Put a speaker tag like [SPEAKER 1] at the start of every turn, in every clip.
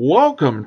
[SPEAKER 1] Welcome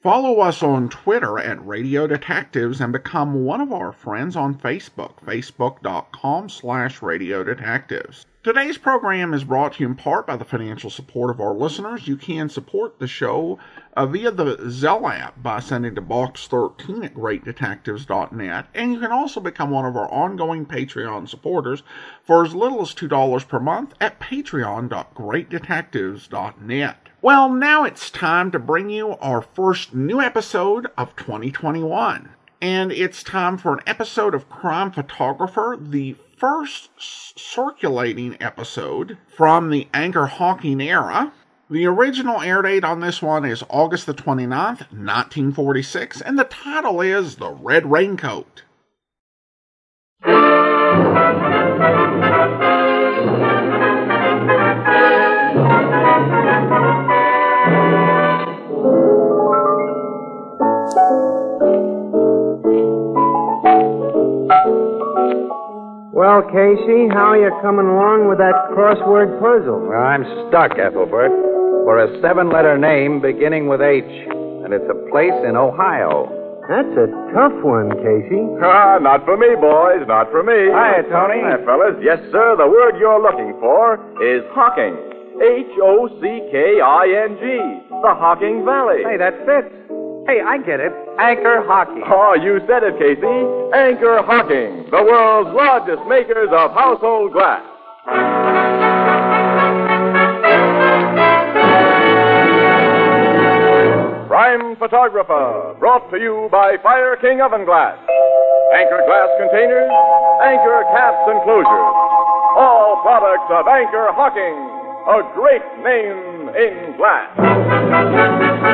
[SPEAKER 1] Follow us on Twitter at Radio Detectives and become one of our friends on Facebook, facebook.com slash Radio Detectives. Today's program is brought to you in part by the financial support of our listeners. You can support the show uh, via the Zell app by sending to box13 at greatdetectives.net. And you can also become one of our ongoing Patreon supporters for as little as $2 per month at patreon.greatdetectives.net. Well, now it's time to bring you our first new episode of 2021. And it's time for an episode of Crime Photographer, the first circulating episode from the Anchor Hawking era. The original air date on this one is August the 29th, 1946, and the title is The Red Raincoat.
[SPEAKER 2] Well, Casey, how are you coming along with that crossword puzzle?
[SPEAKER 3] Well, I'm stuck, Ethelbert, for a seven letter name beginning with H, and it's a place in Ohio.
[SPEAKER 2] That's a tough one, Casey.
[SPEAKER 4] Ah, not for me, boys, not for me.
[SPEAKER 3] Hiya, Tony.
[SPEAKER 4] Hi, fellas. Yes, sir, the word you're looking for is Hocking. H O C K I N G. The Hocking Valley.
[SPEAKER 3] Hey, that fits. Hey, I get it. Anchor hockey.
[SPEAKER 4] Oh, you said it, Casey. Anchor Hocking, the world's largest makers of household glass. Prime Photographer, brought to you by Fire King Oven Glass. Anchor glass containers, anchor caps and closures. All products of Anchor Hocking, a great name in glass.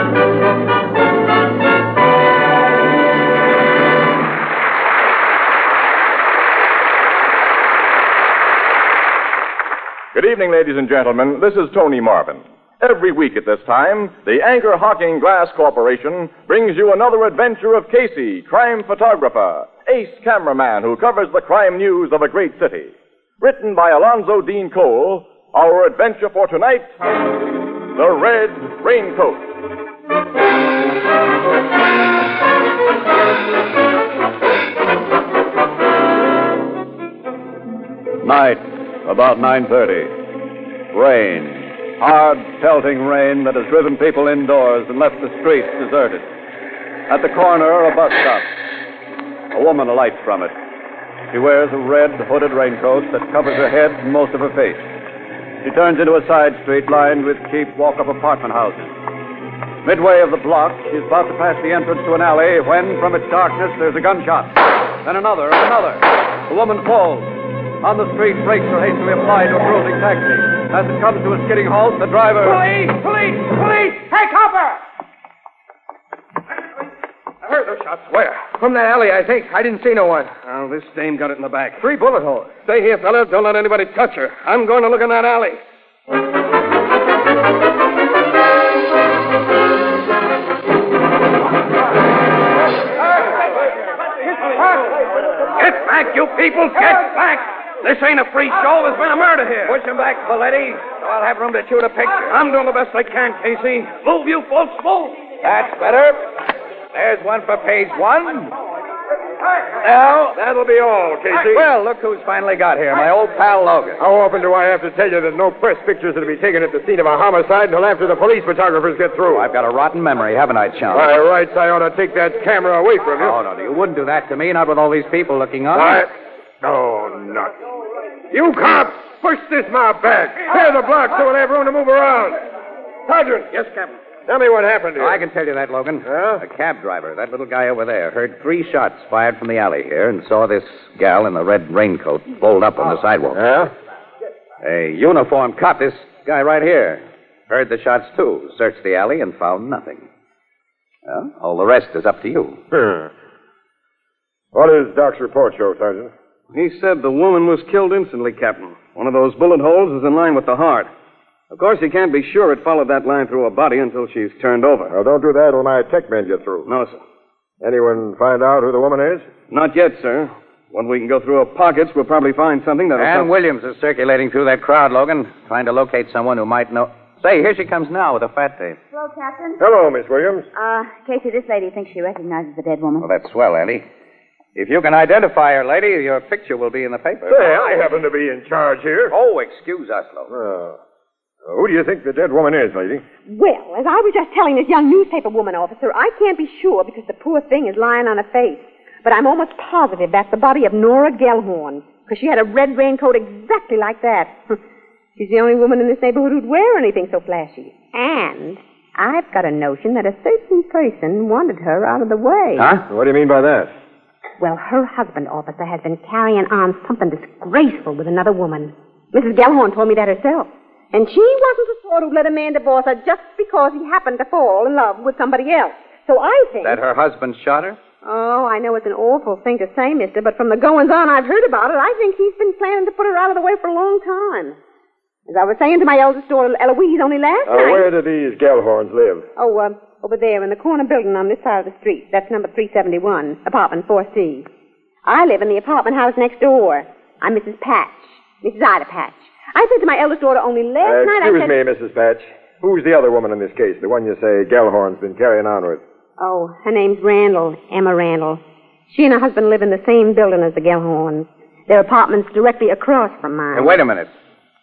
[SPEAKER 4] Good evening, ladies and gentlemen. This is Tony Marvin. Every week at this time, the Anchor Hawking Glass Corporation brings you another adventure of Casey, crime photographer, ace cameraman who covers the crime news of a great city. Written by Alonzo Dean Cole, our adventure for tonight The Red Raincoat.
[SPEAKER 3] Night, about 9.30. Rain. Hard, pelting rain that has driven people indoors and left the streets deserted. At the corner, a bus stop. A woman alights from it. She wears a red, hooded raincoat that covers her head and most of her face. She turns into a side street lined with cheap walk-up apartment houses. Midway of the block, she's about to pass the entrance to an alley when, from its darkness, there's a gunshot. Then another, and another. The woman falls. On the street, brakes are hastily applied to a cruising taxi. As it comes to a skidding halt, the driver.
[SPEAKER 5] Police! Police! Police! Take cover! I heard those shots. Where? From that alley, I think. I didn't see no one. Oh, this dame got it in the back. Three bullet holes. Stay here, fella. Don't let anybody touch her. I'm going to look in that alley. Get back, you people! Get back! This ain't a free show. There's been a murder here. Push him back, Belletti, so I'll have room to shoot a picture. I'm doing the best I can, Casey. Move, you folks, move! That's better. There's one for page one. Now, that'll be all, Casey.
[SPEAKER 3] Well, look who's finally got here. My old pal Logan.
[SPEAKER 5] How often do I have to tell you that no press pictures are to be taken at the scene of a homicide until after the police photographers get through?
[SPEAKER 3] I've got a rotten memory, haven't I, Chum?
[SPEAKER 5] By rights, I ought to take that camera away from you.
[SPEAKER 3] Oh, no, you wouldn't do that to me, not with all these people looking on.
[SPEAKER 5] I... No, not. You cops, push this mob back. Clear the block so we'll have room to move around. Sergeant. Yes, Captain. Tell me what happened here.
[SPEAKER 3] Oh, I can tell you that, Logan.
[SPEAKER 5] Huh?
[SPEAKER 3] A cab driver, that little guy over there, heard three shots fired from the alley here and saw this gal in the red raincoat rolled up
[SPEAKER 5] Oh.
[SPEAKER 3] on the sidewalk.
[SPEAKER 5] Yeah?
[SPEAKER 3] A uniformed cop, this guy right here, heard the shots too, searched the alley and found nothing. Well, all the rest is up to you.
[SPEAKER 6] Hmm.
[SPEAKER 4] Huh. What does Doc's report show, Sergeant?
[SPEAKER 5] He said the woman was killed instantly, Captain. One of those bullet holes is in line with the heart.
[SPEAKER 7] Of course, you can't be sure it followed that line through her body until she's turned over.
[SPEAKER 6] Now, don't do that when my tech men get through.
[SPEAKER 7] No, sir.
[SPEAKER 6] Anyone find out who the woman is?
[SPEAKER 7] Not yet, sir. When we can go through her pockets, we'll probably find something that'll.
[SPEAKER 8] Ann
[SPEAKER 7] help-
[SPEAKER 8] Williams is circulating through that crowd, Logan, trying to locate someone who might know. Say, here she comes now with a fat tape.
[SPEAKER 9] Hello, Captain.
[SPEAKER 6] Hello, Miss Williams.
[SPEAKER 9] Uh, Casey, this lady thinks she recognizes the dead woman.
[SPEAKER 8] Well, that's swell, Andy. If you can identify her, lady, your picture will be in the paper.
[SPEAKER 6] Say, I happen to be in charge here.
[SPEAKER 8] Oh, excuse us, Logan.
[SPEAKER 6] Uh, who do you think the dead woman is, lady?
[SPEAKER 10] Well, as I was just telling this young newspaper woman officer, I can't be sure because the poor thing is lying on her face. But I'm almost positive that's the body of Nora Gellhorn, because she had a red raincoat exactly like that. She's the only woman in this neighborhood who'd wear anything so flashy. And I've got a notion that a certain person wanted her out of the way.
[SPEAKER 6] What do you mean by that?
[SPEAKER 10] Well, her husband, officer, has been carrying on something disgraceful with another woman. Mrs. Gellhorn told me that herself. And she wasn't the sort who'd let a man divorce her just because he happened to fall in love with somebody else. So I think.
[SPEAKER 8] That her husband shot her?
[SPEAKER 10] Oh, I know it's an awful thing to say, mister, but from the goings on I've heard about it, I think he's been planning to put her out of the way for a long time. As I was saying to my eldest daughter, Eloise, only last
[SPEAKER 6] Uh,
[SPEAKER 10] night.
[SPEAKER 6] where do these Gellhorns live?
[SPEAKER 10] Oh, uh, over there in the corner building on this side of the street. That's number 371, apartment 4C. I live in the apartment house next door. I'm Mrs. Patch, Mrs. Ida Patch. I said to my eldest daughter only last
[SPEAKER 6] Uh,
[SPEAKER 10] night.
[SPEAKER 6] excuse
[SPEAKER 10] I said,
[SPEAKER 6] me, Mrs. Patch. Who's the other woman in this case? The one you say Gellhorn's been carrying on with?
[SPEAKER 10] Oh, her name's Randall, Emma Randall. She and her husband live in the same building as the Gellhorns. Their apartment's directly across from mine.
[SPEAKER 8] Hey, wait a minute.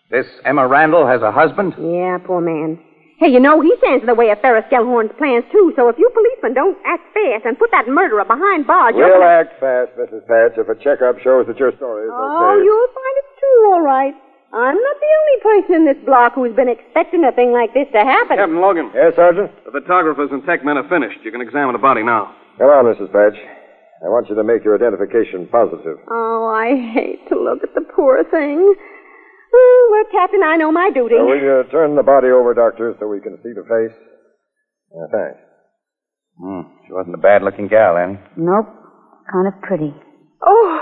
[SPEAKER 8] This Emma Randall has a husband?
[SPEAKER 10] Yeah, poor man. Hey, you know, he stands in the way of Ferris Gellhorn's plans, too, so if you policemen don't act fast and put that murderer behind bars, you're
[SPEAKER 6] We'll
[SPEAKER 10] gonna-
[SPEAKER 6] act fast, Mrs. Patch, if a checkup shows that your story is
[SPEAKER 10] Oh,
[SPEAKER 6] okay.
[SPEAKER 10] you'll find it's true, all right. I'm not the only person in this block who's been expecting a thing like this to happen.
[SPEAKER 7] Captain Logan,
[SPEAKER 6] Yes, Sergeant?
[SPEAKER 7] the photographers and tech men are finished. You can examine the body now.
[SPEAKER 6] Come on, Mrs. Patch. I want you to make your identification positive.
[SPEAKER 10] Oh, I hate to look at the poor thing. Oh, well, Captain, I know my duty.
[SPEAKER 6] Now, will you turn the body over, Doctor, so we can see the face? Uh, thanks.
[SPEAKER 8] Hmm. She wasn't a bad looking gal, Annie.
[SPEAKER 9] Nope. Kind of pretty.
[SPEAKER 10] Oh,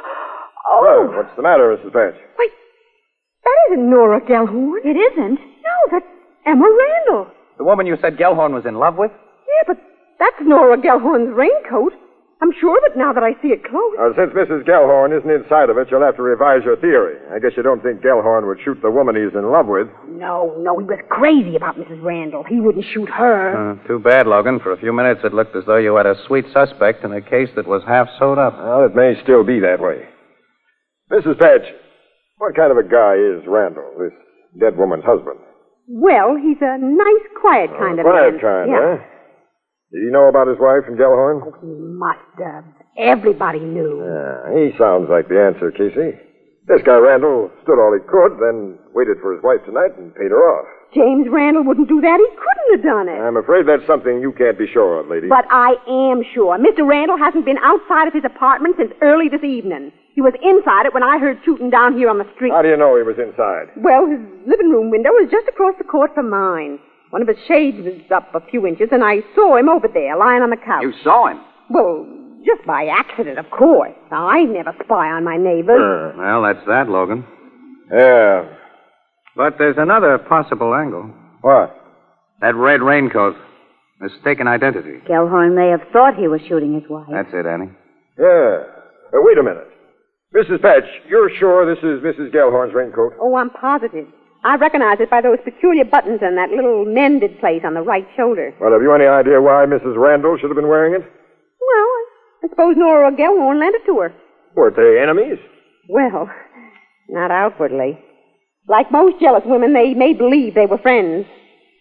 [SPEAKER 6] Oh, what's the matter, Mrs. Patch?
[SPEAKER 10] wait. That isn't Nora Gellhorn.
[SPEAKER 9] It isn't.
[SPEAKER 10] No, that's Emma Randall.
[SPEAKER 8] The woman you said Gellhorn was in love with?
[SPEAKER 10] Yeah, but that's Nora Gellhorn's raincoat. I'm sure of it now that I see it close.
[SPEAKER 6] Uh, since Mrs. Gellhorn isn't inside of it, you'll have to revise your theory. I guess you don't think Gellhorn would shoot the woman he's in love with.
[SPEAKER 10] No, no, he was crazy about Mrs. Randall. He wouldn't shoot her.
[SPEAKER 8] Uh, too bad, Logan. For a few minutes, it looked as though you had a sweet suspect in a case that was half sewed up.
[SPEAKER 6] Well, it may still be that way. Mrs. Patch, what kind of a guy is Randall, this dead woman's husband?
[SPEAKER 10] Well, he's a nice, quiet kind of
[SPEAKER 6] Uh, Quiet
[SPEAKER 10] man.
[SPEAKER 6] kind, eh?
[SPEAKER 10] yeah.
[SPEAKER 6] huh? Did he know about his wife and Gellhorn?
[SPEAKER 10] He must have. Everybody knew.
[SPEAKER 6] Yeah, he sounds like the answer, Casey. This guy Randall stood all he could, then waited for his wife tonight and paid her off.
[SPEAKER 10] James Randall wouldn't do that. He couldn't have done it.
[SPEAKER 6] I'm afraid that's something you can't be sure of, lady.
[SPEAKER 10] But I am sure. Mr. Randall hasn't been outside of his apartment since early this evening. He was inside it when I heard shooting down here on the street.
[SPEAKER 6] How do you know he was inside?
[SPEAKER 10] Well, his living room window was just across the court from mine. One of his shades was up a few inches, and I saw him over there, lying on the couch.
[SPEAKER 8] You saw him.
[SPEAKER 10] Well, just by accident, of course. Now, I never spy on my neighbors.
[SPEAKER 8] Well, that's that, Logan.
[SPEAKER 6] Yeah.
[SPEAKER 8] But there's another possible angle.
[SPEAKER 6] What?
[SPEAKER 8] That red raincoat. Mistaken identity.
[SPEAKER 9] Gellhorn may have thought he was shooting his wife.
[SPEAKER 8] That's it, Annie.
[SPEAKER 6] Yeah. Uh, wait a minute. Mrs. Patch, you're sure this is Mrs. Gellhorn's raincoat?
[SPEAKER 10] Oh, I'm positive. I recognize it by those peculiar buttons and that little mended place on the right shoulder.
[SPEAKER 6] Well, have you any idea why Mrs. Randall should have been wearing it?
[SPEAKER 10] Well, I suppose Nora Gellhorn lent it to her.
[SPEAKER 6] Weren't they enemies?
[SPEAKER 10] Well, not outwardly. Like most jealous women, they made believe they were friends.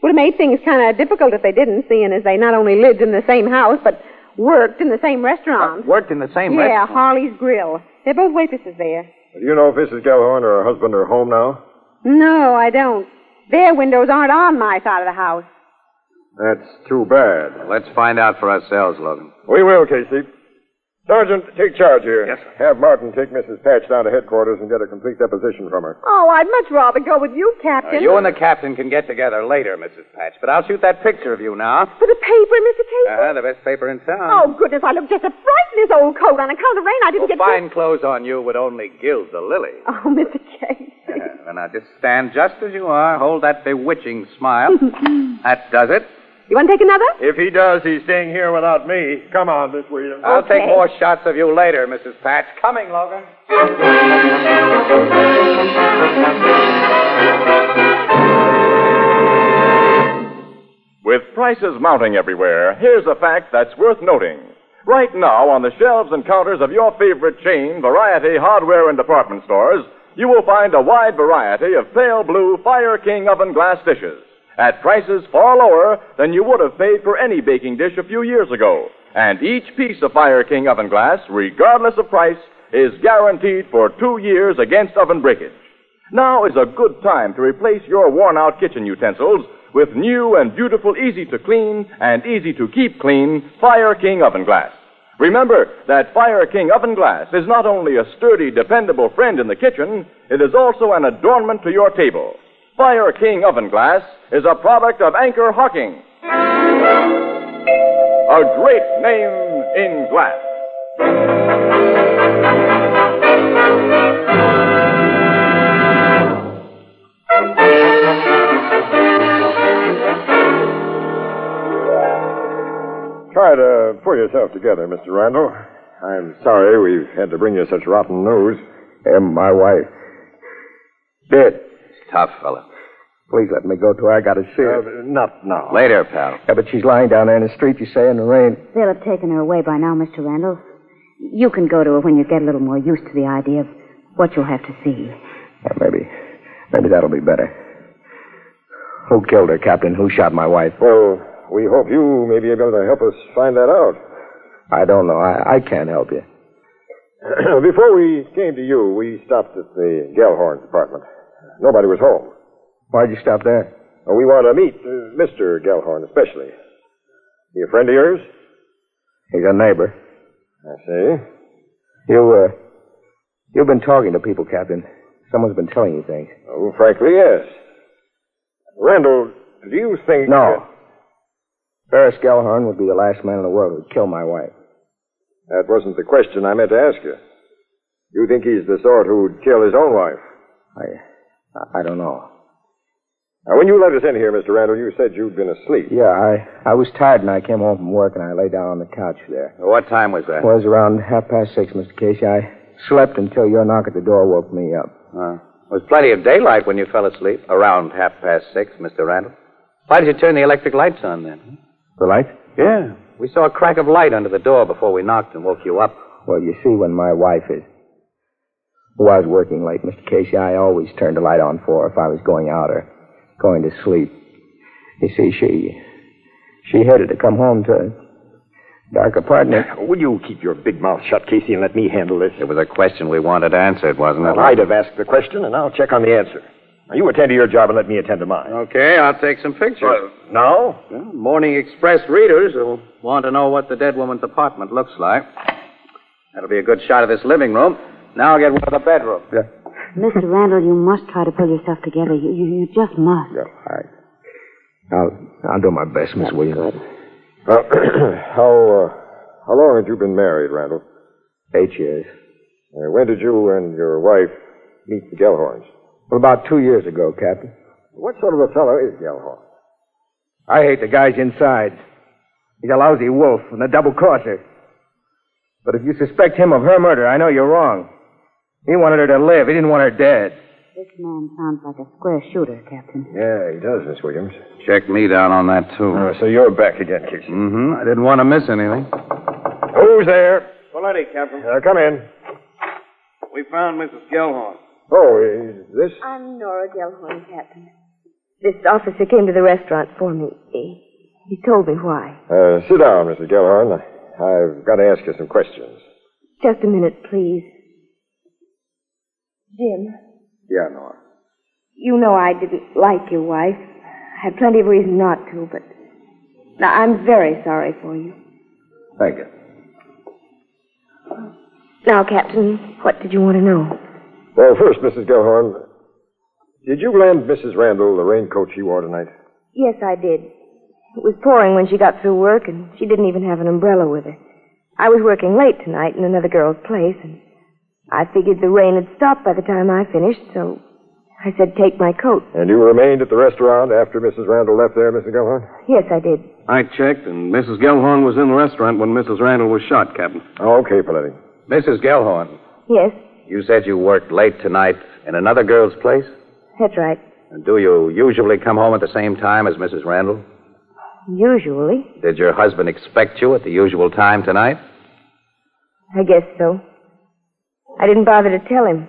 [SPEAKER 10] Would have made things kind of difficult if they didn't, seeing as they not only lived in the same house, but worked in the same restaurant.
[SPEAKER 8] Uh, Worked in the same
[SPEAKER 10] yeah,
[SPEAKER 8] restaurant.
[SPEAKER 10] Harley's Grill. They're both waitresses there.
[SPEAKER 6] Do you know if Mrs. Gellhorn or her husband are home now?
[SPEAKER 10] No, I don't. Their windows aren't on my side of the house.
[SPEAKER 6] That's too bad.
[SPEAKER 8] Let's find out for ourselves, Logan.
[SPEAKER 6] We will, Casey. Sergeant, take charge here. Yes, sir. Have Martin take Mrs. Patch down to headquarters and get a complete deposition from her.
[SPEAKER 10] Oh, I'd much rather go with you, Captain.
[SPEAKER 8] Uh, you and the captain can get together later, Mrs. Patch, but I'll shoot that picture of you now.
[SPEAKER 10] For the paper, Mr. Casey?
[SPEAKER 8] Uh-huh, the best paper in town.
[SPEAKER 10] Oh, goodness, I look just a fright in this old
[SPEAKER 8] Oh,
[SPEAKER 10] coat. On account of the rain, I didn't
[SPEAKER 8] Well,
[SPEAKER 10] get...
[SPEAKER 8] fine clothes on you would only gild the lily.
[SPEAKER 10] Oh, Mr. Casey.
[SPEAKER 8] Uh, Well, now, just stand just as you are. Hold that bewitching smile. that does it.
[SPEAKER 10] You want to take another?
[SPEAKER 8] If he does, he's staying here without me. Come on, Miss Williams. I'll
[SPEAKER 10] Okay.
[SPEAKER 8] take more shots of you later, Mrs. Patch. Coming, Logan.
[SPEAKER 4] With prices mounting everywhere, here's a fact that's worth noting. Right now, on the shelves and counters of your favorite chain, variety, hardware, and department stores, you will find a wide variety of pale blue Fire King oven glass dishes at prices far lower than you would have paid for any baking dish a few years ago. And each piece of Fire King oven glass, regardless of price, is guaranteed for two years against oven breakage. Now is a good time to replace your worn out kitchen utensils with new and beautiful, easy to clean and easy to keep clean Fire King oven glass. Remember that Fire King oven glass is not only a sturdy, dependable friend in the kitchen, it is also an adornment to your table. Fire King oven glass is a product of Anchor Hawking. A great name in glass.
[SPEAKER 6] Try to pull yourself together, Mr. Randall. I'm sorry we've had to bring you such rotten news. And my wife. Dead.
[SPEAKER 8] Tough fellow.
[SPEAKER 11] Please let me go to her. I gotta see her.
[SPEAKER 6] not now.
[SPEAKER 8] Later, pal.
[SPEAKER 11] Yeah, but she's lying down there in the street, you say, in the rain.
[SPEAKER 9] They'll have taken her away by now, Mr. Randall. You can go to her when you get a little more used to the idea of what you'll have to see.
[SPEAKER 11] Yeah, maybe. Maybe that'll be better. Who killed her, Captain? Who shot my wife?
[SPEAKER 6] Well, we hope you may be able to help us find that out.
[SPEAKER 11] I don't know. I, I can't help you.
[SPEAKER 6] Before we came to you, we stopped at the Gellhorn's apartment. Nobody was home.
[SPEAKER 11] Why'd you stop there?
[SPEAKER 6] Uh, We want to meet uh, Mr. Gellhorn especially. He a friend of yours?
[SPEAKER 11] He's a neighbor.
[SPEAKER 6] I see.
[SPEAKER 11] You, uh, you've been talking to people, Captain. Someone's been telling you things.
[SPEAKER 6] Oh, frankly, yes. Randall, do you think...
[SPEAKER 11] No. Ferris Gellhorn would be the last man in the world who'd kill my wife.
[SPEAKER 6] That wasn't the question I meant to ask you. You think he's the sort who'd kill his own wife?
[SPEAKER 11] I, I don't know.
[SPEAKER 6] Now, when you let us in here, Mr. Randall, you said you'd been asleep.
[SPEAKER 11] Yeah, I, I was tired and I came home from work and I lay down on the couch there.
[SPEAKER 8] What time was that?
[SPEAKER 11] It was around half past six, Mr. Casey. I slept until your knock at the door woke me up.
[SPEAKER 8] Uh, was plenty of daylight when you fell asleep. Around half past six, Mr. Randall. Why did you turn the electric lights on then?
[SPEAKER 11] The light?
[SPEAKER 8] Yeah. We saw a crack of light under the door before we knocked and woke you up.
[SPEAKER 11] Well, you see, when my wife is was working late, Mr. Casey, I always turned the light on for her if I was going out or going to sleep. You see, she she hated to come home to a dark apartment.
[SPEAKER 7] Will you keep your big mouth shut, Casey, and let me handle this?
[SPEAKER 8] It was a question we wanted answered, wasn't it?
[SPEAKER 7] Well, I'd have asked the question, and I'll check on the answer. Now, you attend to your job and let me attend to mine.
[SPEAKER 8] Okay, I'll take some pictures.
[SPEAKER 7] Now?
[SPEAKER 8] Well, Morning Express readers will want to know what the dead woman's apartment looks like. That'll be a good shot of this living room. Now I'll get one of the bedroom.
[SPEAKER 9] Mr. Randall, you must try to pull yourself together. You, you, you just must.
[SPEAKER 11] I'll I'll do my best, Miss Williams.
[SPEAKER 6] Well, how, uh, how long had you been married, Randall?
[SPEAKER 11] Eight years.
[SPEAKER 6] Uh, when did you and your wife meet the Gellhorns?
[SPEAKER 11] Well, about two years ago, Captain.
[SPEAKER 6] What sort of a fellow is Gellhorn?
[SPEAKER 11] I hate the guys inside. He's a lousy wolf and a double crosser. But if you suspect him of her murder, I know you're wrong. He wanted her to live. He didn't want her dead.
[SPEAKER 9] This man sounds like a square shooter, Captain.
[SPEAKER 6] Yeah, he does, Miss Williams. Uh,
[SPEAKER 8] Check me down on that, too.
[SPEAKER 6] so you're back again, Casey.
[SPEAKER 8] Mm-hmm. I didn't want to miss anything.
[SPEAKER 6] Who's there?
[SPEAKER 5] Folletti, Captain.
[SPEAKER 6] Uh, come in.
[SPEAKER 5] We found Mrs. Gellhorn.
[SPEAKER 6] Oh, is this?
[SPEAKER 12] I'm Nora Gellhorn, Captain. This officer came to the restaurant for me. He, he told me why.
[SPEAKER 6] Uh, sit down, Mr. Gellhorn. I've got to ask you some questions.
[SPEAKER 12] Just a minute, please. Jim,
[SPEAKER 6] Yeah, Nora.
[SPEAKER 12] you know I didn't like your wife. I had plenty of reason not to, but now I'm very sorry for you.
[SPEAKER 11] Thank you.
[SPEAKER 12] Now, Captain, what did you want to know?
[SPEAKER 6] Well, first, Mrs. Gellhorn, did you lend Mrs. Randall the raincoat she wore tonight?
[SPEAKER 12] Yes, I did. It was pouring when she got through work, and she didn't even have an umbrella with her. I was working late tonight in another girl's place, and I figured the rain had stopped by the time I finished, so I said, take my coat.
[SPEAKER 6] And you remained at the restaurant after Mrs. Randall left there, Mr. Gilhorn?
[SPEAKER 12] Yes, I did.
[SPEAKER 8] I checked, and Mrs. Gellhorn was in the restaurant when Mrs. Randall was shot, Captain.
[SPEAKER 6] Oh, okay, Paletti.
[SPEAKER 8] Mrs. Gellhorn,
[SPEAKER 12] Yes,
[SPEAKER 8] you said you worked late tonight in another girl's place?
[SPEAKER 12] that's right.
[SPEAKER 8] And do you usually come home at the same time as Mrs. Randall?
[SPEAKER 12] Usually.
[SPEAKER 8] Did your husband expect you at the usual time tonight?
[SPEAKER 12] I guess so. I didn't bother to tell him.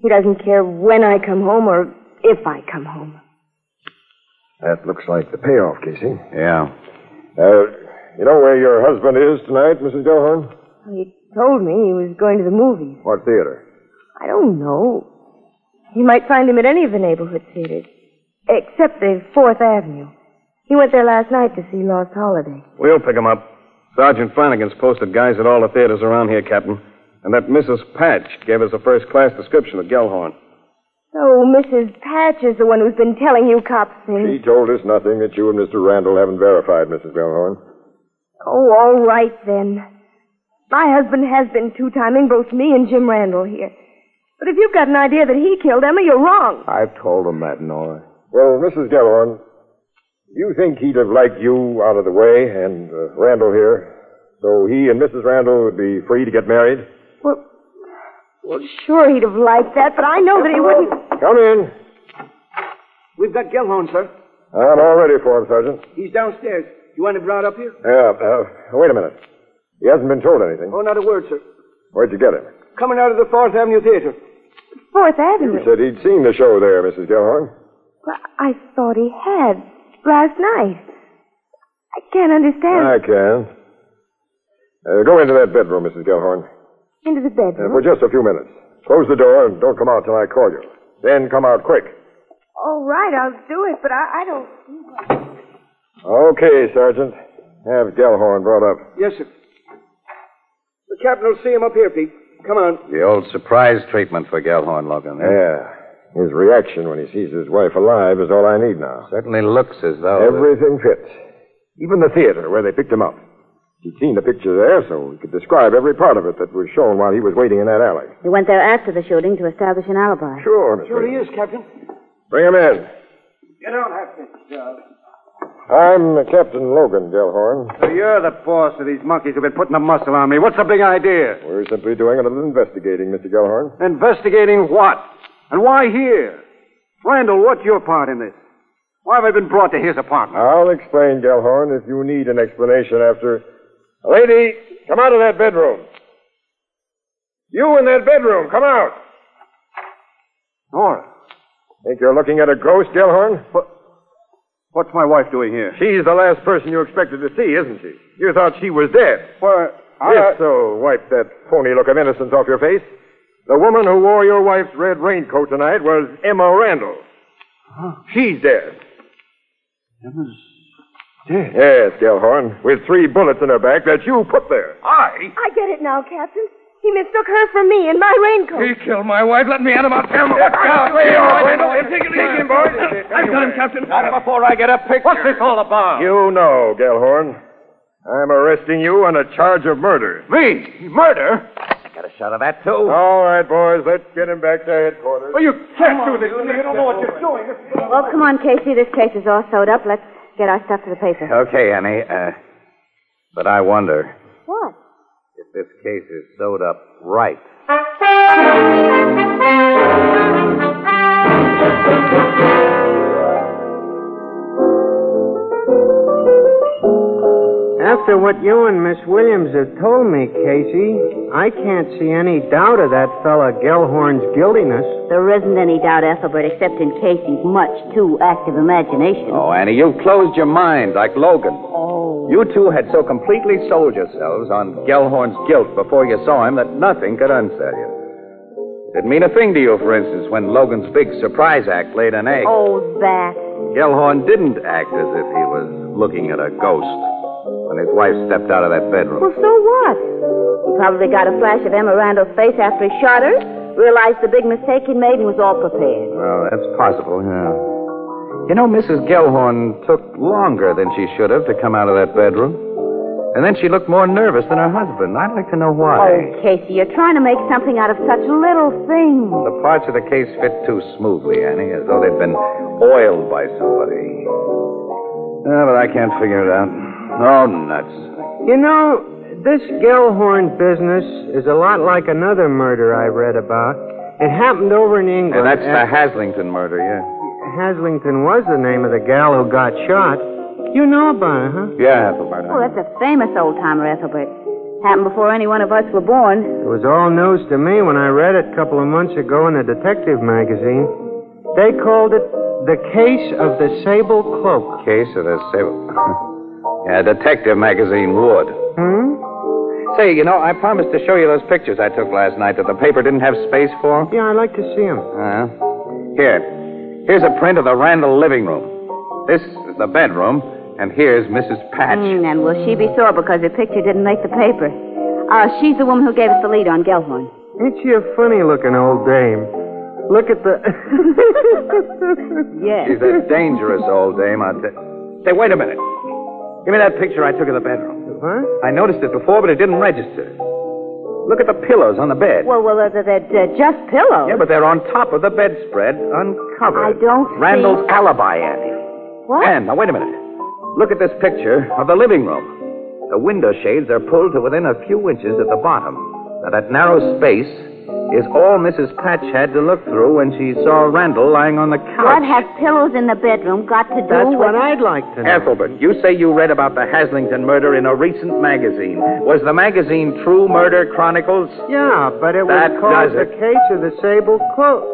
[SPEAKER 12] He doesn't care when I come home or if I come home.
[SPEAKER 6] That looks like the payoff, Casey.
[SPEAKER 8] Yeah.
[SPEAKER 6] Uh, you know where your husband is tonight, Mrs. Gilhorn?
[SPEAKER 12] He told me he was going to the movies.
[SPEAKER 6] What theater?
[SPEAKER 12] I don't know. You might find him at any of the neighborhood theaters, except the Fourth Avenue. He went there last night to see Lost Holiday.
[SPEAKER 8] We'll pick him up. Sergeant Flanagan's posted guys at all the theaters around here, Captain. And that Mrs. Patch gave us a first class description of Gellhorn.
[SPEAKER 12] Oh, Mrs. Patch is the one who's been telling you cops
[SPEAKER 6] He
[SPEAKER 12] things.
[SPEAKER 6] told us nothing that you and Mr. Randall haven't verified, Mrs. Gilhorn.
[SPEAKER 12] Oh, all right then. My husband has been two-timing both me and Jim Randall here. But if you've got an idea that he killed Emma, you're wrong.
[SPEAKER 11] I've told him that, Nora.
[SPEAKER 6] Well, Mrs. Gellhorn, you think he'd have liked you out of the way and uh, Randall here, so he and Mrs. Randall would be free to get married?
[SPEAKER 12] Well, sure he'd have liked that, but I know that he wouldn't.
[SPEAKER 6] Come in.
[SPEAKER 13] We've got Gellhorn, sir.
[SPEAKER 6] I'm all ready for him, Sergeant.
[SPEAKER 13] He's downstairs. You want him brought up here?
[SPEAKER 6] Yeah, uh, wait a minute. He hasn't been told anything.
[SPEAKER 13] Oh, not a word, sir.
[SPEAKER 6] Where'd you get him?
[SPEAKER 13] Coming out of the Fourth Avenue Theater.
[SPEAKER 12] Fourth
[SPEAKER 6] You
[SPEAKER 12] Avenue.
[SPEAKER 6] said he'd seen the show there, Mrs. Gellhorn.
[SPEAKER 12] Well, I thought he had last night. I can't understand.
[SPEAKER 6] I can. Uh, go into that bedroom, Mrs. Gellhorn,
[SPEAKER 12] Into the
[SPEAKER 6] uh,
[SPEAKER 12] bedroom.
[SPEAKER 6] for just a few minutes. Close the door and don't come out till I call you. Then come out quick.
[SPEAKER 12] All right, I'll do it, but I, I don't.
[SPEAKER 6] Okay, Sergeant. Have Gellhorn brought up.
[SPEAKER 13] Yes, sir. The captain will see him up here, Pete. Come on.
[SPEAKER 8] The old surprise treatment for Gellhorn, Logan. eh?
[SPEAKER 6] Yeah. His reaction when he sees his wife alive is all I need now.
[SPEAKER 8] Certainly looks as though.
[SPEAKER 6] Everything fits. Even the theater where they picked him up. He'd seen the picture there, so he could describe every part of it that was shown while he was waiting in that alley.
[SPEAKER 9] He went there after the shooting to establish an alibi.
[SPEAKER 6] Sure, Miss
[SPEAKER 13] Here
[SPEAKER 6] Williams.
[SPEAKER 13] he is, Captain.
[SPEAKER 6] Bring him in.
[SPEAKER 13] Get out, Hapkins.
[SPEAKER 6] I'm Captain Logan Gellhorn.
[SPEAKER 14] So you're the boss of these monkeys who've been putting a muscle on me. What's the big idea?
[SPEAKER 6] We're simply doing a little investigating, Mr. Gellhorn.
[SPEAKER 14] Investigating what? And why here? Randall, what's your part in this? Why have I been brought to his apartment?
[SPEAKER 6] I'll explain, Gellhorn, if you need an explanation after. Lady, come out of that bedroom. You in that bedroom, come out.
[SPEAKER 14] Nora.
[SPEAKER 6] Think you're looking at a ghost, Gellhorn?
[SPEAKER 14] What's my wife doing here?
[SPEAKER 6] She's the last person you expected to see, isn't she? You thought she was dead.
[SPEAKER 14] Why, I-
[SPEAKER 6] Yes, so wipe that phony look of innocence off your face. The woman who wore your wife's red raincoat tonight was Emma Randall. She's dead.
[SPEAKER 14] Emma's
[SPEAKER 6] dead? Yes, Gellhorn, with three bullets in her back that you put there.
[SPEAKER 14] Ah. I?
[SPEAKER 12] I get it now, Captain. He mistook her for me in my raincoat.
[SPEAKER 14] He killed my wife. Let me at him. I'll
[SPEAKER 13] tell him.
[SPEAKER 14] Take it easy,
[SPEAKER 13] boys.
[SPEAKER 14] I've got him, Captain.
[SPEAKER 13] Not before I get a picture. What's this all about?
[SPEAKER 6] You know, Gellhorn. I'm arresting you on a charge of murder.
[SPEAKER 14] Me? Murder?
[SPEAKER 6] I got a shot of that, too. All right, boys, let's get him back to headquarters.
[SPEAKER 14] Well, you
[SPEAKER 13] can't do this to me. You don't know what you're doing.
[SPEAKER 9] Well, come on, Casey. This case is all sewed up. Let's get our stuff to the paper.
[SPEAKER 8] Okay, Annie. Uh, but I wonder
[SPEAKER 9] What?
[SPEAKER 8] if this case is sewed up right.
[SPEAKER 2] After what you and Miss Williams have told me, Casey, I can't see any doubt of that fella Gellhorn's guiltiness.
[SPEAKER 9] There isn't any doubt, Ethelbert, except in Casey's much too active imagination.
[SPEAKER 8] Oh, Annie, you closed your mind like Logan. Oh. You two had so completely sold yourselves on Gellhorn's guilt before you saw him that nothing could unsell you. It didn't mean a thing to you, for instance, when Logan's big surprise act laid an egg.
[SPEAKER 9] Oh, that.
[SPEAKER 8] Gellhorn didn't act as if he was looking at a ghost when his wife stepped out of that bedroom.
[SPEAKER 9] Well, so what? He probably got a flash of Emma Randall's face after he shot her, realized the big mistake he made, and was all prepared.
[SPEAKER 8] Well, that's possible, yeah. You know, Mrs. Gellhorn took longer than she should have to come out of that bedroom. And then she looked more nervous than her husband. I'd like to know why.
[SPEAKER 9] Oh, Casey, you're trying to make something out of such little things.
[SPEAKER 8] The parts of the case fit too smoothly, Annie, as though they'd been oiled by somebody. Ah, but I can't figure it out. Oh, nuts.
[SPEAKER 2] You know, this Gellhorn business is a lot like another murder I read about. It happened over in
[SPEAKER 8] Yeah,
[SPEAKER 2] England.
[SPEAKER 8] that's
[SPEAKER 2] and
[SPEAKER 8] the Haslington murder, yeah.
[SPEAKER 2] Haslington was the name of the gal who got shot. You know about it, huh?
[SPEAKER 8] Yeah, Ethelbert.
[SPEAKER 9] Oh, that's a famous old timer, Ethelbert. Happened before any one of us were born.
[SPEAKER 2] It was all news to me when I read it a couple of months ago in a detective magazine. They called it the case of the sable cloak.
[SPEAKER 8] Case of the Sable. yeah, Detective Magazine would.
[SPEAKER 2] Hmm?
[SPEAKER 8] Say, you know, I promised to show you those pictures I took last night that the paper didn't have space for.
[SPEAKER 2] Yeah, I'd like to see them.
[SPEAKER 8] Uh, here. Here's a print of the Randall living room. This is the bedroom, and here's Mrs. Patch.
[SPEAKER 9] Mm, and will she be sore because her picture didn't make the paper? Uh, she's the woman who gave us the lead on Gellhorn.
[SPEAKER 2] Ain't she a funny looking old dame? Look at the.
[SPEAKER 9] yes.
[SPEAKER 8] She's a dangerous old dame. I th- Say, wait a minute. Give me that picture I took of the bedroom.
[SPEAKER 2] Huh?
[SPEAKER 8] I noticed it before, but it didn't register. Look at the pillows on the bed.
[SPEAKER 9] Well, well, uh, they're, they're just pillows.
[SPEAKER 8] Yeah, but they're on top of the bedspread, uncovered.
[SPEAKER 9] I don't see-
[SPEAKER 8] Randall's alibi, Annie.
[SPEAKER 9] What?
[SPEAKER 8] Ann, now wait a minute. Look at this picture of the living room. The window shades are pulled to within a few inches at the bottom. Now that narrow space is all Mrs. Patch had to look through when she saw Randall lying on the
[SPEAKER 9] What
[SPEAKER 8] couch.
[SPEAKER 9] has pillows in the bedroom got to do with...
[SPEAKER 2] like to
[SPEAKER 8] Ethelbert, you say you read about the Haslington murder in a recent magazine. Was the magazine True Murder Chronicles?
[SPEAKER 2] Yeah, but it
[SPEAKER 8] That
[SPEAKER 2] was called
[SPEAKER 8] does it.
[SPEAKER 2] the case of the sable cloak.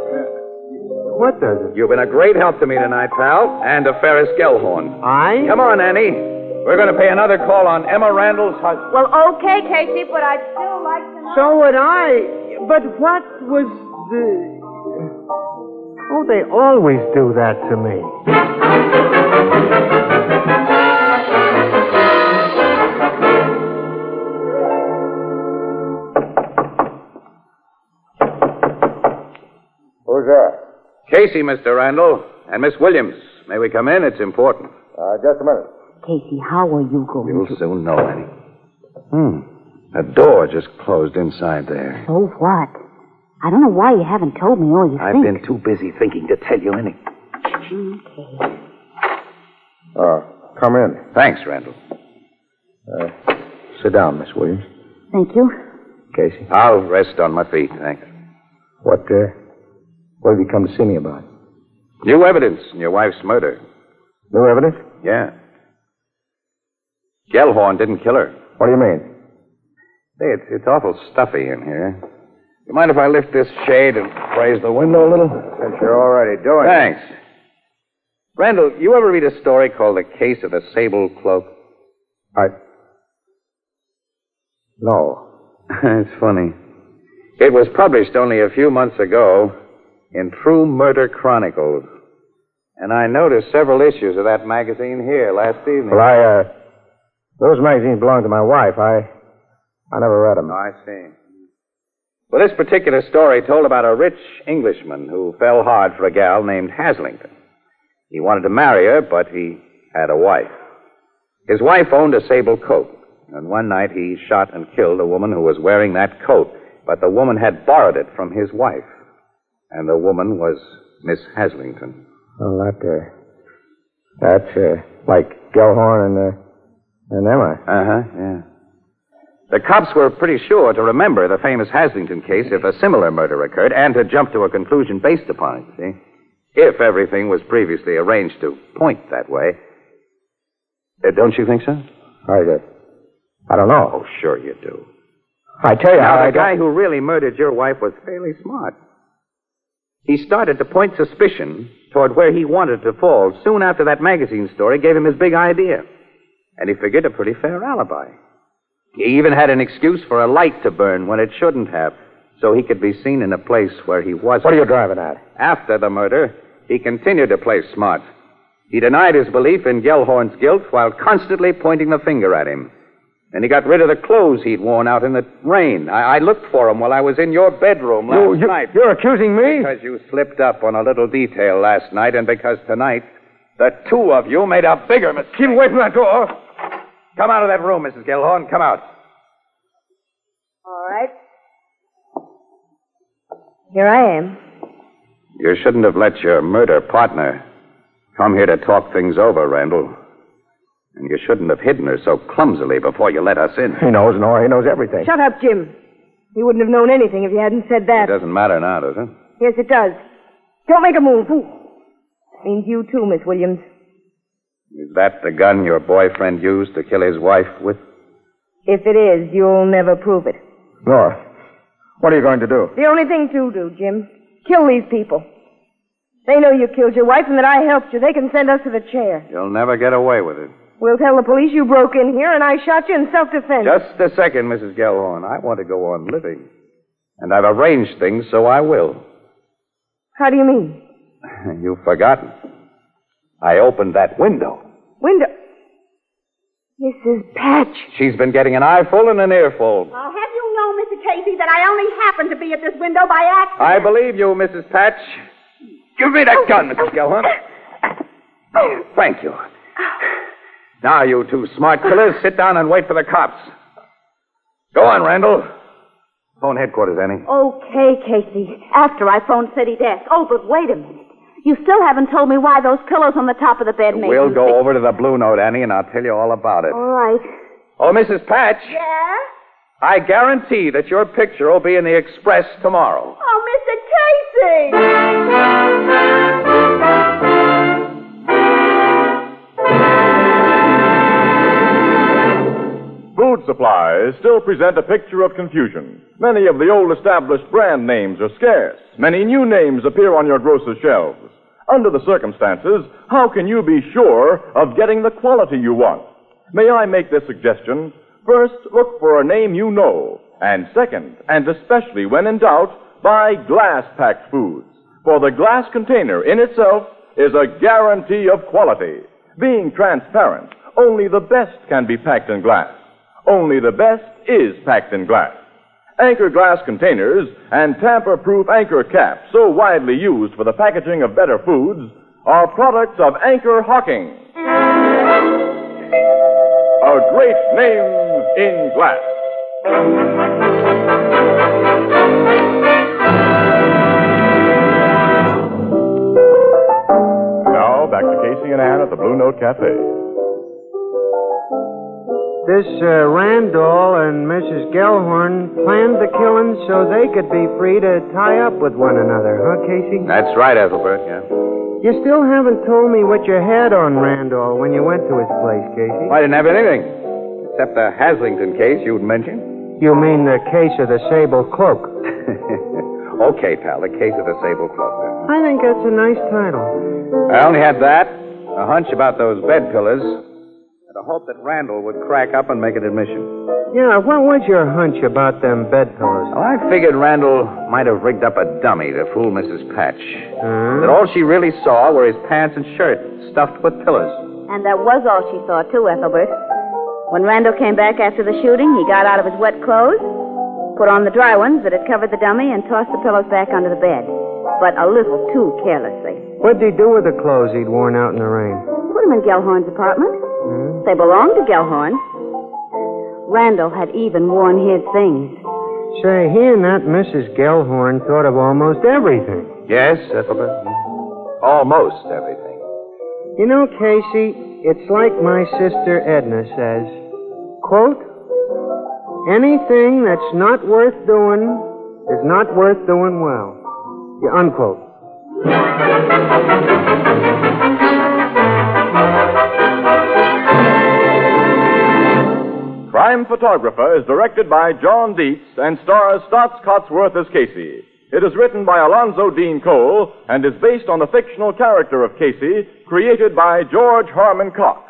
[SPEAKER 2] What does it?
[SPEAKER 8] You've been a great help to me tonight, pal, and to Ferris Gellhorn.
[SPEAKER 2] I?
[SPEAKER 8] Come on, Annie. We're going to pay another call on Emma Randall's husband.
[SPEAKER 9] Well, okay, Casey, but I'd still like to know...
[SPEAKER 2] So would I. But what was the. Oh, they always do that to me.
[SPEAKER 6] Who's that?
[SPEAKER 8] Casey, Mr. Randall, and Miss Williams. May we come in? It's important.
[SPEAKER 6] Uh, just a minute.
[SPEAKER 9] Casey, how are you going
[SPEAKER 8] You'll soon know, "Oh, Annie. Hmm. A door just closed inside there.
[SPEAKER 9] So what? I don't know why you haven't told me all you
[SPEAKER 8] I've
[SPEAKER 9] think.
[SPEAKER 8] been too busy thinking to tell you anything.
[SPEAKER 6] Uh, come in.
[SPEAKER 8] Thanks, Randall.
[SPEAKER 6] Uh, sit down, Miss Williams.
[SPEAKER 9] Thank you.
[SPEAKER 6] Casey.
[SPEAKER 8] I'll rest on my feet, thanks.
[SPEAKER 11] What, uh, what have you come to see me about?
[SPEAKER 8] New evidence in your wife's murder.
[SPEAKER 11] New evidence?
[SPEAKER 8] Yeah. Gellhorn didn't kill her.
[SPEAKER 11] What do you mean?
[SPEAKER 8] Hey, it's, it's awful stuffy in here. You mind if I lift this shade and raise the window a little?
[SPEAKER 6] Since you're already doing
[SPEAKER 8] Thanks. Randall, you ever read a story called The Case of the Sable Cloak?
[SPEAKER 11] I. No.
[SPEAKER 8] it's funny. It was published only a few months ago in True Murder Chronicles. And I noticed several issues of that magazine here last evening.
[SPEAKER 11] Well, I, uh, those magazines belong to my wife. I, I never read them.
[SPEAKER 8] Oh, I see. Well, this particular story told about a rich Englishman who fell hard for a gal named Haslington. He wanted to marry her, but he had a wife. His wife owned a sable coat, and one night he shot and killed a woman who was wearing that coat, but the woman had borrowed it from his wife, and the woman was Miss Haslington.
[SPEAKER 11] Well, that, uh, that's, uh, like Gellhorn and, uh, and Emma.
[SPEAKER 8] Uh huh, yeah. The cops were pretty sure to remember the famous Haslington case if a similar murder occurred and to jump to a conclusion based upon it, see? If everything was previously arranged to point that way. Uh, don't you think so?
[SPEAKER 11] I, uh, I don't know.
[SPEAKER 8] Oh, sure you do.
[SPEAKER 11] I tell you,
[SPEAKER 8] now,
[SPEAKER 11] I,
[SPEAKER 8] the
[SPEAKER 11] I
[SPEAKER 8] guy
[SPEAKER 11] don't-
[SPEAKER 8] who really murdered your wife was fairly smart. He started to point suspicion toward where he wanted to fall soon after that magazine story gave him his big idea. And he figured a pretty fair alibi. He even had an excuse for a light to burn when it shouldn't have, so he could be seen in a place where he wasn't.
[SPEAKER 11] What are you driving at?
[SPEAKER 8] After the murder, he continued to play smart. He denied his belief in Gellhorn's guilt while constantly pointing the finger at him. And he got rid of the clothes he'd worn out in the rain. I, I looked for him while I was in your bedroom last
[SPEAKER 11] You- you-
[SPEAKER 8] night.
[SPEAKER 11] You're accusing me?
[SPEAKER 8] Because you slipped up on a little detail last night, and because tonight the two of you made a bigger mistake.
[SPEAKER 11] Keep away from that door.
[SPEAKER 8] Come out of that room, Mrs. Gellhorn. Come out.
[SPEAKER 12] All right. Here I am.
[SPEAKER 8] You shouldn't have let your murder partner come here to talk things over, Randall. And you shouldn't have hidden her so clumsily before you let us in.
[SPEAKER 11] He knows Nora. He knows everything.
[SPEAKER 12] Shut up, Jim. You wouldn't have known anything if you hadn't said
[SPEAKER 8] It
[SPEAKER 12] that.
[SPEAKER 8] doesn't matter now, does it?
[SPEAKER 12] Yes, it does. Don't make a move. Ooh. That means you too, Miss Williams.
[SPEAKER 8] Is that the gun your boyfriend used to kill his wife with?
[SPEAKER 12] If it is, you'll never prove it.
[SPEAKER 11] Nora, what are you going to do?
[SPEAKER 12] The only thing to do, Jim, kill these people. They know you killed your wife and that I helped you. They can send us to the chair.
[SPEAKER 8] You'll never get away with it.
[SPEAKER 12] We'll tell the police you broke in here and I shot you in self-defense.
[SPEAKER 8] Just a second, Mrs. Gellhorn. I want to go on living. And I've arranged things so I will.
[SPEAKER 12] How do you mean?
[SPEAKER 8] You've forgotten. I opened that window.
[SPEAKER 12] Window. Mrs. Patch.
[SPEAKER 8] She's been getting an eyeful and an earful.
[SPEAKER 10] I'll have you know, Mr. Casey, that I only happened to be at this window by accident.
[SPEAKER 8] I believe you, Mrs. Patch. Give me that gun, Mrs. Gellhorn. Thank you. Now, you two smart killers, sit down and wait for the cops. Go on, Randall. Phone headquarters, Annie.
[SPEAKER 15] Okay, Casey. After I phoned City Desk. Oh, but wait a minute. You still haven't told me why those pillows on the top of the bed made
[SPEAKER 8] We'll
[SPEAKER 15] me
[SPEAKER 8] go
[SPEAKER 15] sick.
[SPEAKER 8] over to the Blue Note, Annie, and I'll tell you all about it.
[SPEAKER 15] All right.
[SPEAKER 8] Oh, Mrs. Patch,
[SPEAKER 10] Yeah?
[SPEAKER 8] I guarantee that your picture will be in the Express tomorrow.
[SPEAKER 10] Oh, Mr. Casey!
[SPEAKER 4] Food supplies still present a picture of confusion. Many of the old established brand names are scarce. Many new names appear on your grocer's shelves. Under the circumstances, how can you be sure of getting the quality you want? May I make this suggestion? First, look for a name you know. And second, and especially when in doubt, buy glass packed foods. For the glass container in itself is a guarantee of quality. Being transparent, only the best can be packed in glass. Only the best is packed in glass. Anchor glass containers and tamper proof anchor caps, so widely used for the packaging of better foods, are products of Anchor Hawking. A great name in glass. Now, back to Casey and Ann at the Blue Note Cafe.
[SPEAKER 2] This uh, Randall and Mrs. Gellhorn planned the killing so they could be free to tie up with one another, huh, Casey?
[SPEAKER 8] That's right, Ethelbert, yeah.
[SPEAKER 2] You still haven't told me what you had on Randall when you went to his place, Casey.
[SPEAKER 8] I didn't have anything, except the Haslington case you'd mentioned.
[SPEAKER 2] You mean the case of the sable cloak?
[SPEAKER 8] okay, pal, the case of the sable cloak.
[SPEAKER 2] I think that's a nice title.
[SPEAKER 8] I only had that, a hunch about those bed pillows, and a hope that Randall would crack up and make an admission.
[SPEAKER 2] Yeah, what was your hunch about them bedpillows?
[SPEAKER 8] Well, I figured Randall might have rigged up a dummy to fool Mrs. Patch. That all she really saw were his pants and shirt stuffed with pillows.
[SPEAKER 15] And that was all she saw, too, Ethelbert. When Randall came back after the shooting, he got out of his wet clothes, put on the dry ones that had covered the dummy, and tossed the pillows back under the bed. But a little too carelessly.
[SPEAKER 2] What'd he do with the clothes he'd worn out in the rain?
[SPEAKER 15] Put him in Gelhorn's apartment. They belonged to Gelhorn. Randall had even worn his things.
[SPEAKER 2] Say, he and that Mrs. Gellhorn thought of almost everything.
[SPEAKER 8] Yes, Ethelbert. Almost everything.
[SPEAKER 2] You know, Casey, it's like my sister Edna says, quote, anything that's not worth doing is not worth doing well. Yeah, unquote.
[SPEAKER 4] Crime Photographer is directed by John Dietz and stars Stotts Cotsworth as Casey. It is written by Alonzo Dean Cole and is based on the fictional character of Casey, created by George Harmon Cox.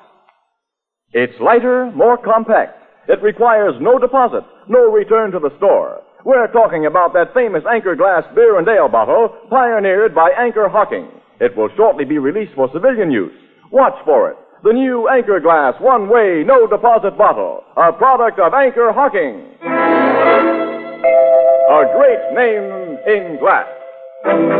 [SPEAKER 4] It's lighter, more compact. It requires no deposit, no return to the store. We're talking about that famous Anchor Glass beer and ale bottle pioneered by Anchor Hawking. It will shortly be released for civilian use. Watch for it. The new Anchor Glass one way, no deposit bottle. A product of Anchor Hawking. A great name in glass. Our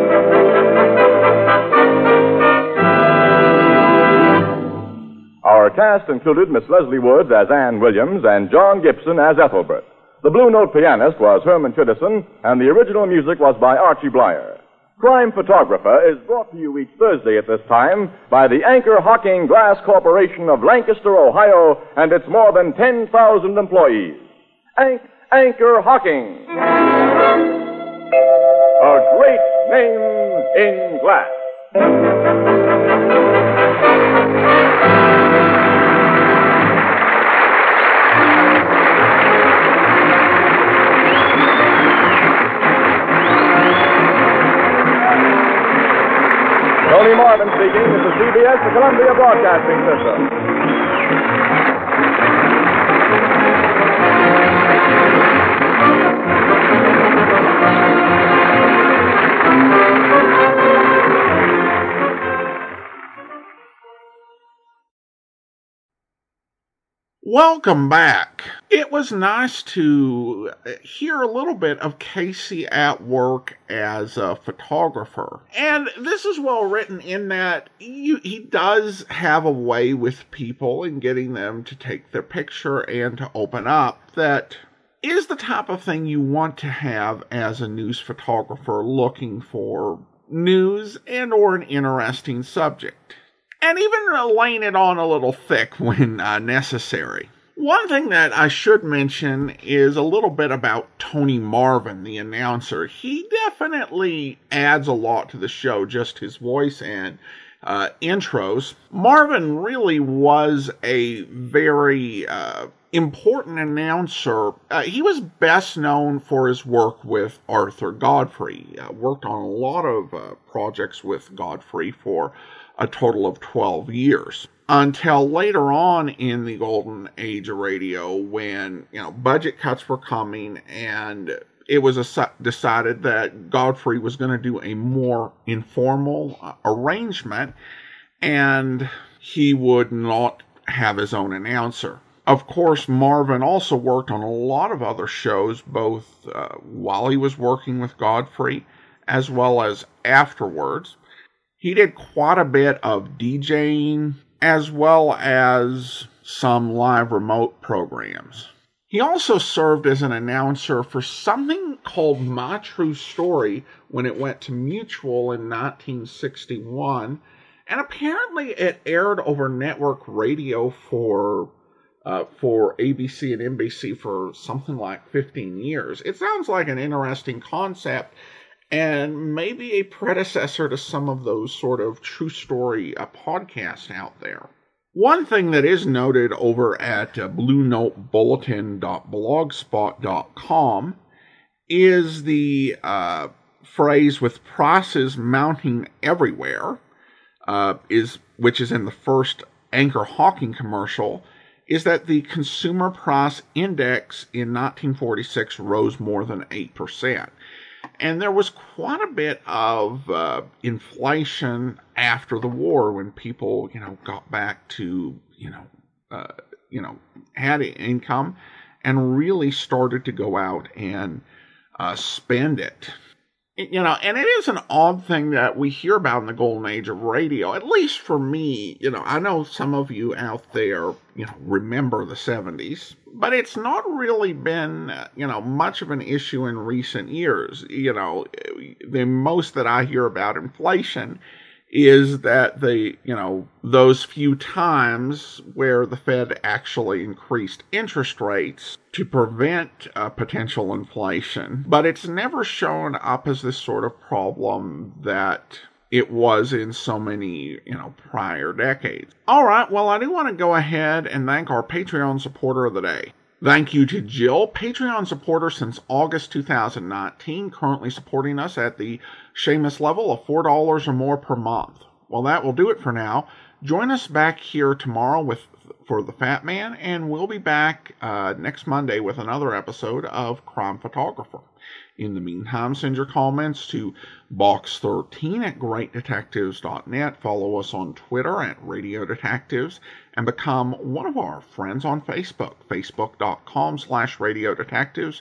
[SPEAKER 4] Our cast included Miss Leslie Woods as Anne Williams and John Gibson as Ethelbert. The Blue Note pianist was Herman Chittison, and the original music was by Archie Blyer. Crime Photographer is brought to you each Thursday at this time by the Anchor Hawking Glass Corporation of Lancaster, Ohio, and its more than 10,000 employees. Anch- Anchor Hawking. A great name in glass. Tony Marvin speaking. This is CBS, the Columbia Broadcasting System.
[SPEAKER 1] Welcome back. It was nice to uh, hear a little bit of Casey at work as a photographer. And this is well written in that you, he does have a way with people and getting them to take their picture and to open up that is the type of thing you want to have as a news photographer looking for news and or an interesting subject and even uh, laying it on a little thick when uh, necessary. One thing that I should mention is a little bit about Tony Marvin, the announcer. He definitely adds a lot to the show, just his voice and uh, intros. Marvin really was a very uh, important announcer. Uh, he was best known for his work with Arthur Godfrey. Uh, worked on a lot of uh, projects with Godfrey for a total of 12 years until later on in the golden age of radio when you know budget cuts were coming and it was a, decided that Godfrey was going to do a more informal uh, arrangement and he would not have his own announcer. Of course, Marvin also worked on a lot of other shows, both uh, while he was working with Godfrey as well as afterwards. He did quite a bit of DJing as well as some live remote programs. He also served as an announcer for something called My True Story when it went to Mutual in 1961. And apparently it aired over network radio for uh, for ABC and NBC for something like 15 years. It sounds like an interesting concept and maybe a predecessor to some of those sort of true story uh, podcasts out there. One thing that is noted over at uh, bluenotebulletin.blogspot.com is the uh, phrase with prices mounting everywhere uh, is which is in the first Anchor Hawking commercial is that the consumer price index in 1946 rose more than 8% and there was quite a bit of uh, inflation after the war when people you know got back to you know uh, you know had income and really started to go out and uh, spend it you know and it is an odd thing that we hear about in the golden age of radio at least for me you know i know some of you out there you know remember the 70s but it's not really been uh, you know much of an issue in recent years you know the most that i hear about inflation is that the you know those few times where the fed actually increased interest rates to prevent uh, potential inflation but it's never shown up as this sort of problem that it was in so many, you know, prior decades. All right, well, I do want to go ahead and thank our Patreon supporter of the day. Thank you to Jill, Patreon supporter since August 2019, currently supporting us at the Seamus level of $4 or more per month. Well, that will do it for now. Join us back here tomorrow with for the Fat Man, and we'll be back uh, next Monday with another episode of Crime Photographer. In the meantime, send your comments to box13 at greatdetectives.net. Follow us on Twitter at Radio Detectives and become one of our friends on Facebook, facebook.com slash Radio Detectives.